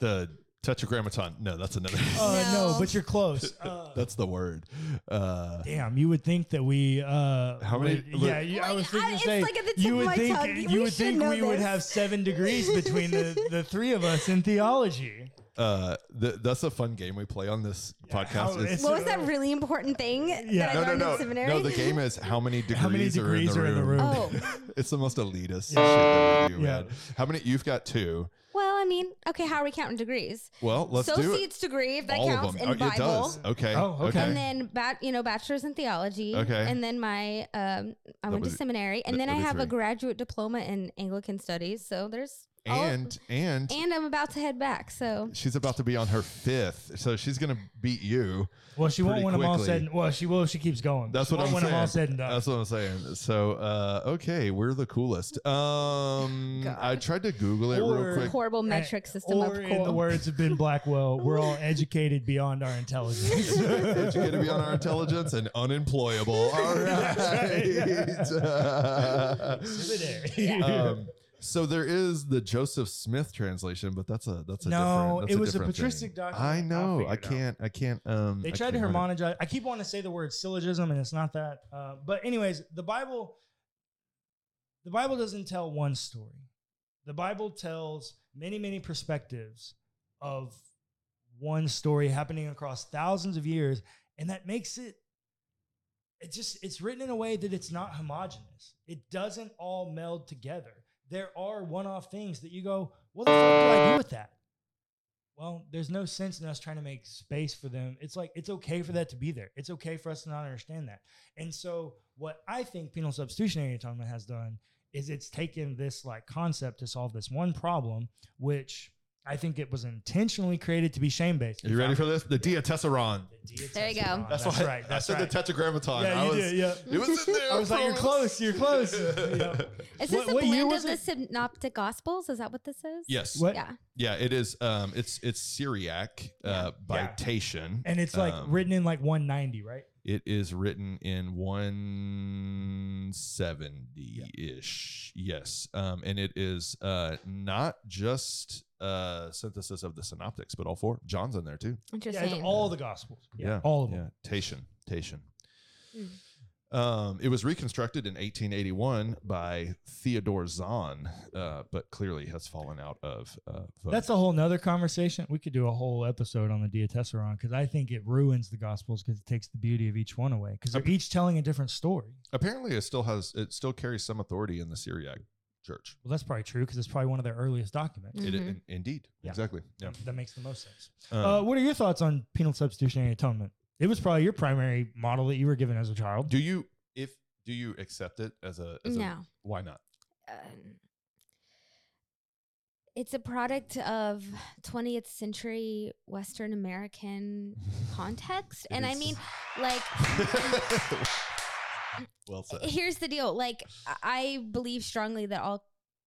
the tetragrammaton. No, that's another.
Uh, no.
No.
but you're close. Uh,
that's the word. Uh,
Damn, you would think that we. Uh,
How many-
would- yeah, you, I
Like,
was
I-
thinking. the
Oh it's
same.
like at the tip
you
of
would
my
think
tongue.
you
We
would
should
think
know
we would
this.
have seven degrees between the, the three of us in theology.
uh, th- that's a fun game we play on this
how-
podcast. It's-
it's-
What was that really important thing
Yeah.
that I
no, no,
learned
no,
in seminary?
no. The game is how many degrees,
How many degrees
are in the room.
Oh,
it's the most elitist. shit that we do,
Yeah.
man. How many? You've got two.
well, I mean, okay, how are we counting degrees?
Well, let's do it.
Associate's degree, if that
All
counts,
of them.
and
Oh,
Bible.
It does. Okay.
Oh, okay.
And then, bat, you know, bachelor's in theology.
Okay.
And then my, um, I
That
went to
would-
seminary, and
that-
then I
that'd be
have a
three.
graduate diploma in Anglican studies. So there's all-
and and
Oh. and I'm about to head back. So
she's about to be on her fifth, so she's gonna beat you.
Well, she won't
Pretty
when I'm all
quickly.
said. And, well, she will. if She keeps going.
That's
She
what
won't
I'm
when
saying.
I'm all said and done.
That's what I'm saying. So, uh, okay, we're the coolest. Um, I
God.
tried to Google it
Or-
real quick.
horrible
And-
metric system
or
of
in the
cool.
words of Ben Blackwell, we're all educated beyond our intelligence.
Educated to be on our intelligence and unemployable. All right. um, so there is the Joseph Smith translation, but that's a that's a
No,
different, that's
it was a
different thing.
patristic document.
I
I'll
know.
figure
I
it out.
can't. I can't. Um,
They
I
tried to
can't remember.
harmonize. I keep wanting to say the word syllogism, and it's not that. Uh, but anyways, the Bible, the Bible doesn't tell one story. The Bible tells many, many perspectives of one story happening across thousands of years, and that makes it. It just it's written in a way that it's not homogenous. It doesn't all meld together. There are one-off things that you go, "What the fuck do I do with that?" well, there's no sense in us trying to make space for them. It's like it's okay for that to be there. It's okay for us to not understand that. And so, what I think penal substitutionary atonement has done is it's taken this like concept to solve this one problem, which I think it was intentionally created to be shame based.
Are you ready for this? The Diatessaron.
There you go.
That's,
why
right. That's
I said
right.
the tetragrammaton.
yeah,
I
you
was,
did. Yeah.
It was in there.
I was like, you're
promise."
close. You're close. Yeah.
Is this
What-
a
what year
blend
was
of the
it?
synoptic gospels? Is that what this is?
Yes.
What?
Yeah.
Yeah, it is. Um, it's it's Syriac uh, by
Yeah.
Tatian,
And it's like
Um,
written in like 190, right?
It is written in one seventy ish. Yes, um, and it is uh, not just uh, synthesis of the synoptics, but all four. John's in there too.
Yeah, it's
Interesting.
all the gospels. Yeah,
Yeah,
all of them.
Yeah, Tatian, Tatian.
Hmm.
Um, it was reconstructed in 1881 by Theodore Zahn, uh, but clearly has fallen out of. Uh, vogue.
That's a whole nother conversation. We could do a whole episode on the Diatessaron because I think it ruins the Gospels because it takes the beauty of each one away because they're each telling a different story.
apparently it still has it still carries some authority in the Syriac Church.
Well, that's probably true because it's probably one of their earliest documents.
It,
Mhm.
in, indeed,
Yeah.
exactly. Yeah.
That makes the most sense.
Um,
uh, what are your thoughts on penal substitutionary atonement? It was probably your primary model that you were given as a child.
do you if do you accept it as a as a,
No.
why not?
um, it's a product of 20th century Western American context.
It
and I
is.
mean, like,
well said.
here's the deal. Like, I- I believe strongly that all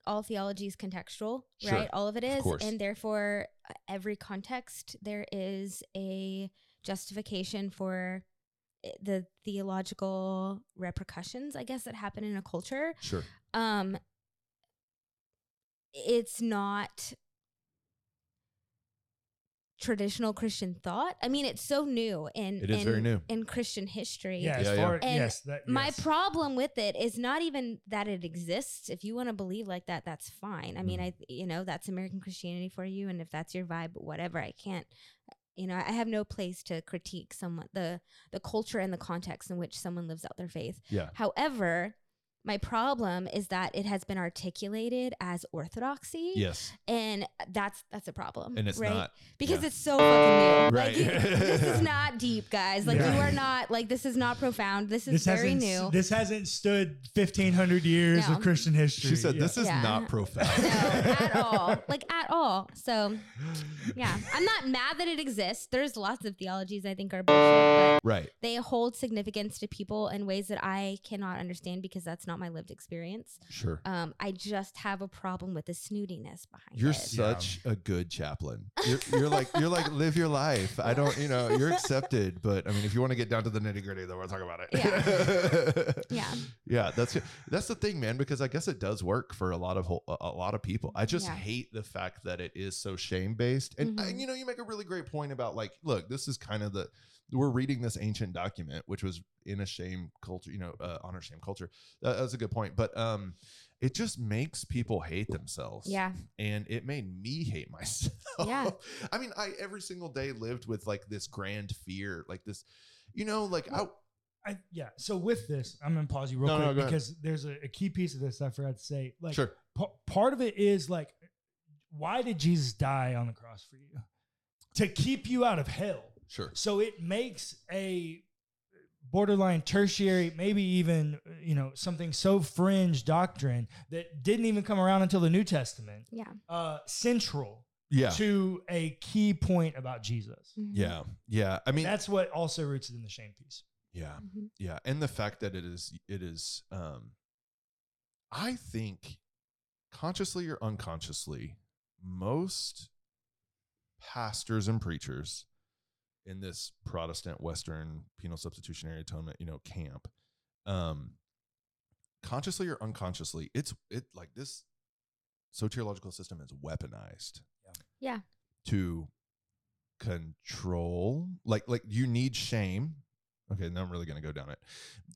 all theology is contextual,
Sure.
right? All of it is.
course.
and therefore, uh, every context, there is a justification for i- the theological repercussions, I guess, that happen in a culture
Sure.
um it's not traditional christian thought i mean it's so new in
It is
in,
very new.
in christian history
Yeah, as
Yeah, yeah.
far
And
yes, that,
my
yes.
problem with it is not even that it exists if you want to believe like that that's fine i mean
Mhm.
i you know that's american christianity for you and if that's your vibe whatever i can't you know i have no place to critique someone the the culture and the context in which someone lives out their faith
Yeah.
However, my problem is that it has been articulated as orthodoxy,
Yes.
and that's that's a problem.
And it's
right?
not.
because
yeah.
it's so fucking new.
Right.
Like you, this is not deep, guys. Like
Yeah.
you are not like this is not profound. This is
This
very
hasn't,
new.
this hasn't stood 1500 years
No.
of Christian history.
She said
Yeah.
this is
Yeah.
not profound.
no, at all. Like at all. So, yeah, I'm not mad that it exists. There's lots of theologies I think are bullshit, but
right.
they hold significance to people in ways that I cannot understand because that's not my lived experience.
Sure.
Um, I just have a problem with the snootiness behind
You're
it.
such a good chaplain. You're, you're like you're like live your life. I don't, you know, you're accepted, but I mean, if you want to get down to the nitty gritty, then we'll talk about it. Yeah.
yeah.
yeah, that's that's the thing, man. Because I guess it does work for a lot of whole, a a lot of people. I just
Yeah.
hate the fact that it is so shame based. And I-
Mhm.
you know, you make a really great point about like, look, this is kind of the we're reading this ancient document, which was in a shame culture, you know, uh, honor shame culture. That, that's a good point, but um, it just makes people hate themselves
Yeah.
and it made me hate myself.
Yeah.
I mean, I every single day lived with like this grand fear, like this, you know, like
I, yeah. So with this, I'm gonna pause you real
No, no,
quick
go ahead.
because there's a, a key piece of this I forgot to say.
I
Like,
sure.
p- part of it is like, why did Jesus die on the cross for you? To keep you out of hell.
Sure.
So it makes a borderline tertiary, maybe even you know something so fringe doctrine that didn't even come around until the New Testament
Yeah.
uh, central
Yeah.
to a key point about Jesus.
Mhm.
Yeah. Yeah. I mean,
That's what also roots it in the shame piece.
yeah.
Mhm.
Yeah. And the fact that it is, it is, um, I think consciously or unconsciously, most pastors and preachers in this Protestant Western penal substitutionary atonement, you know, camp, um, consciously or unconsciously, it's it like this soteriological system is weaponized.
Yeah.
To control, like like you need shame. Okay, now I'm really gonna go down it.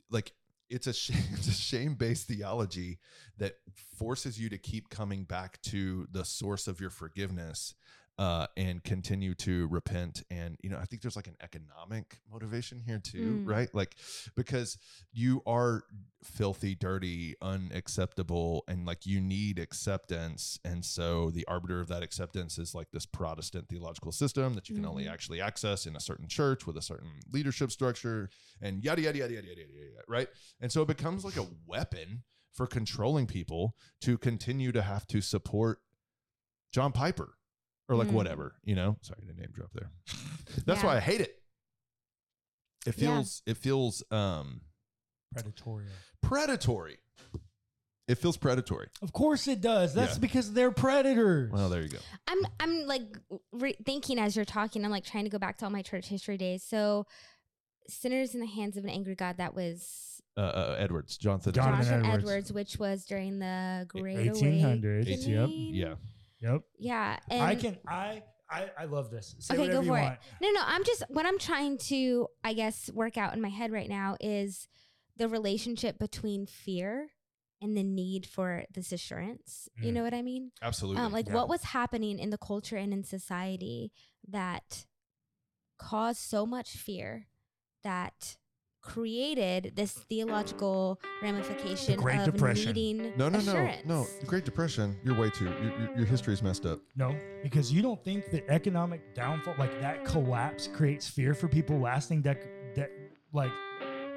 Like it's a shame, it's a shame based theology that forces you to keep coming back to the source of your forgiveness uh, and continue to repent. And, you know, I think there's like an economic motivation here too,
Mm.
right? Like, because you are filthy, dirty, unacceptable, and like you need acceptance. And so the arbiter of that acceptance is like this Protestant theological system that you can only
Mhm.
actually access in a certain church with a certain leadership structure and yada, yada, yada, yada, yada, yada, yada right? And so it becomes like a weapon for controlling people to continue to have to support John Piper or like
Mm.
whatever, you know. Sorry to name drop there. That's why
Yeah.
I hate it. It
Yeah.
feels it feels um
Predatorial.
predatory. It feels predatory.
Of course it does. That's
Yeah.
because they're predators.
Well, there you go.
I'm I'm like re- thinking as you're talking. I'm like trying to go back to all my church history days. So, sinners in the hands of an angry God. That was
Uh, uh Edwards, Jonathan.
Donovan
Jonathan
Edwards.
Edwards. which was during the Great
1800s. Yep.
Awakening.
Yeah.
Yep.
yeah. And
I can. I. I. I love this. Say
Okay,
whatever
go
you
for it.
want.
No, no, I'm just what I'm trying to, I guess, work out in my head right now is the relationship between fear and the need for this assurance. You
Mm.
know what I mean?
Absolutely.
Um, like
Yeah.
what was happening in the culture and in society that caused so much fear that created this theological ramification
Great
of
Depression.
needing
no, no, no,
assurance.
no. Great Depression. You're way too. Your, your, your history's messed up.
No, because you don't think the economic downfall, like that collapse, creates fear for people lasting dec- de- like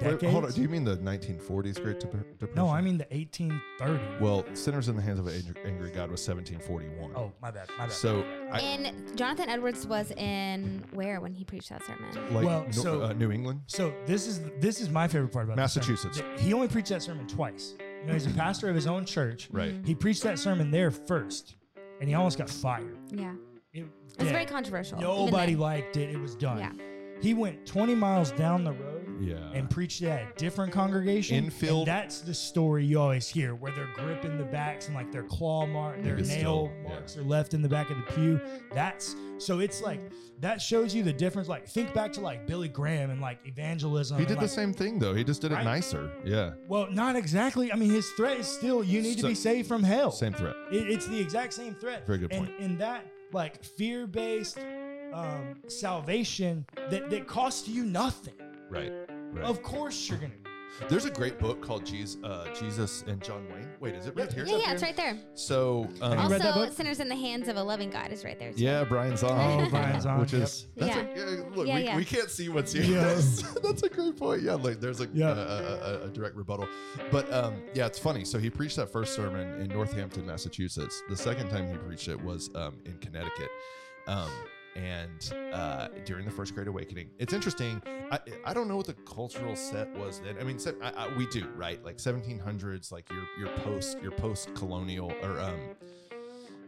Wait,
decades.
hold on. Do you mean the 1940s Great Dep- Depression?
no, I mean the 1830.
Well, sinners in the hands of an angry, angry God was 1741.
oh, my bad. My bad.
So I,
And Jonathan Edwards was in where when he preached that sermon?
like
Well,
Nor-
so-
uh, New England.
So this is this is my favorite part about this sermon.
Massachusetts.
Th- He only preached that sermon twice. You know, he's a pastor of his own church.
Right.
He preached that sermon there first, and he almost got fired.
Yeah.
It,
It's
yeah,
very controversial. even
nobody
then.
liked it. It was done.
Yeah.
He went 20 miles down the road
Yeah.
and preached at a different congregation.
Infield-
And that's the story you always hear, where they're gripping the backs and like their claw mark, their
Niggas
nail
still- yeah.
marks are left in the back of the pew. That's so it's like that shows you the difference. Like think back to like Billy Graham and like evangelism.
he
and,
did the
like-
same thing though. He just did it
Right.
nicer. Yeah.
Well, not exactly. I mean, his threat is still you need
So-
to be saved from hell.
Same threat.
It, it's the exact same threat.
Very good
and,
point.
And that like fear-based um, salvation that that costs you nothing.
Right. Right.
Of course you're gonna.
There's a great book called Jesus, uh, Jesus and John Wayne. Wait, is it right here?
Yeah, yeah, it's right there.
So,
Have you
um,
read that
Also,
book?
Sinners in the Hands of a Loving God is right there. too.
yeah, Brian Zahn.
Oh,
Brian Zahn,
Which
yep.
is, that's a- yeah, look,
Yeah,
we,
yeah.
we can't see what's here.
Yeah.
That's, that's a great point. Yeah, like there's like
Yeah.
a, a, a, a direct rebuttal. But um, yeah, it's funny. So he preached that first sermon in Northampton, Massachusetts. The second time he preached it was um, in Connecticut. Um, and uh, during the first Great Awakening. It's interesting. I, I don't know what the cultural set was then. I mean, se- I, I, we do right, like 1700s, like your your post your post colonial or um,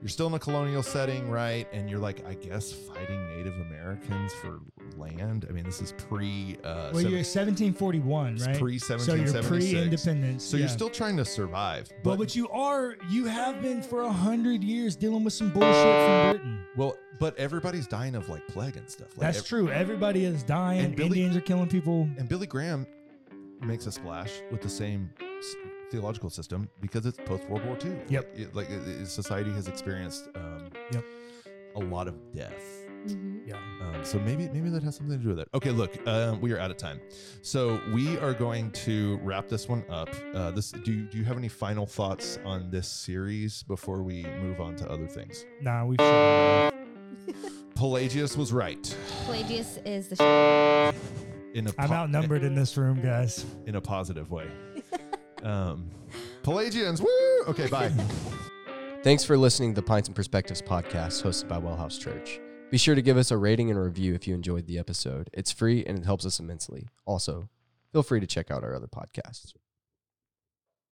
you're still in a colonial setting, right? And you're like, I guess fighting Native Americans for land. I mean, this is pre. Uh,
Well, you're 1741, right?
pre
so you're
1776.
pre-independence.
So
yeah.
you're still trying to survive,
Well, but you are. You have been for a hundred years dealing with some bullshit from Britain.
Well, but everybody's dying of like plague and stuff. Like
That's
ev-
true. Everybody is dying.
And Billy-
Indians are killing people.
And Billy Graham makes a splash with the same s- theological system because it's post World War II.
Yep.
Like, it- like it- it- society has experienced um,
Yep.
a lot of death.
Mhm.
Yeah.
Um, so maybe maybe that has something to do with it. Okay, look, um, we are out of time, so we are going to wrap this one up. Uh, this do you, do you have any final thoughts on this series before we move on to other things?
Nah, we've. seen
Pelagius was right
Pelagius is the. Sh-
in a
I'm
po-
outnumbered in this room, guys.
in a positive way. Um, Pelagians, woo! Okay, bye.
Thanks for listening to the Pints and Perspectives podcast hosted by Wellhouse Church. Be sure to give us a rating and a review if you enjoyed the episode. It's free and it helps us immensely. Also, feel free to check out our other podcasts.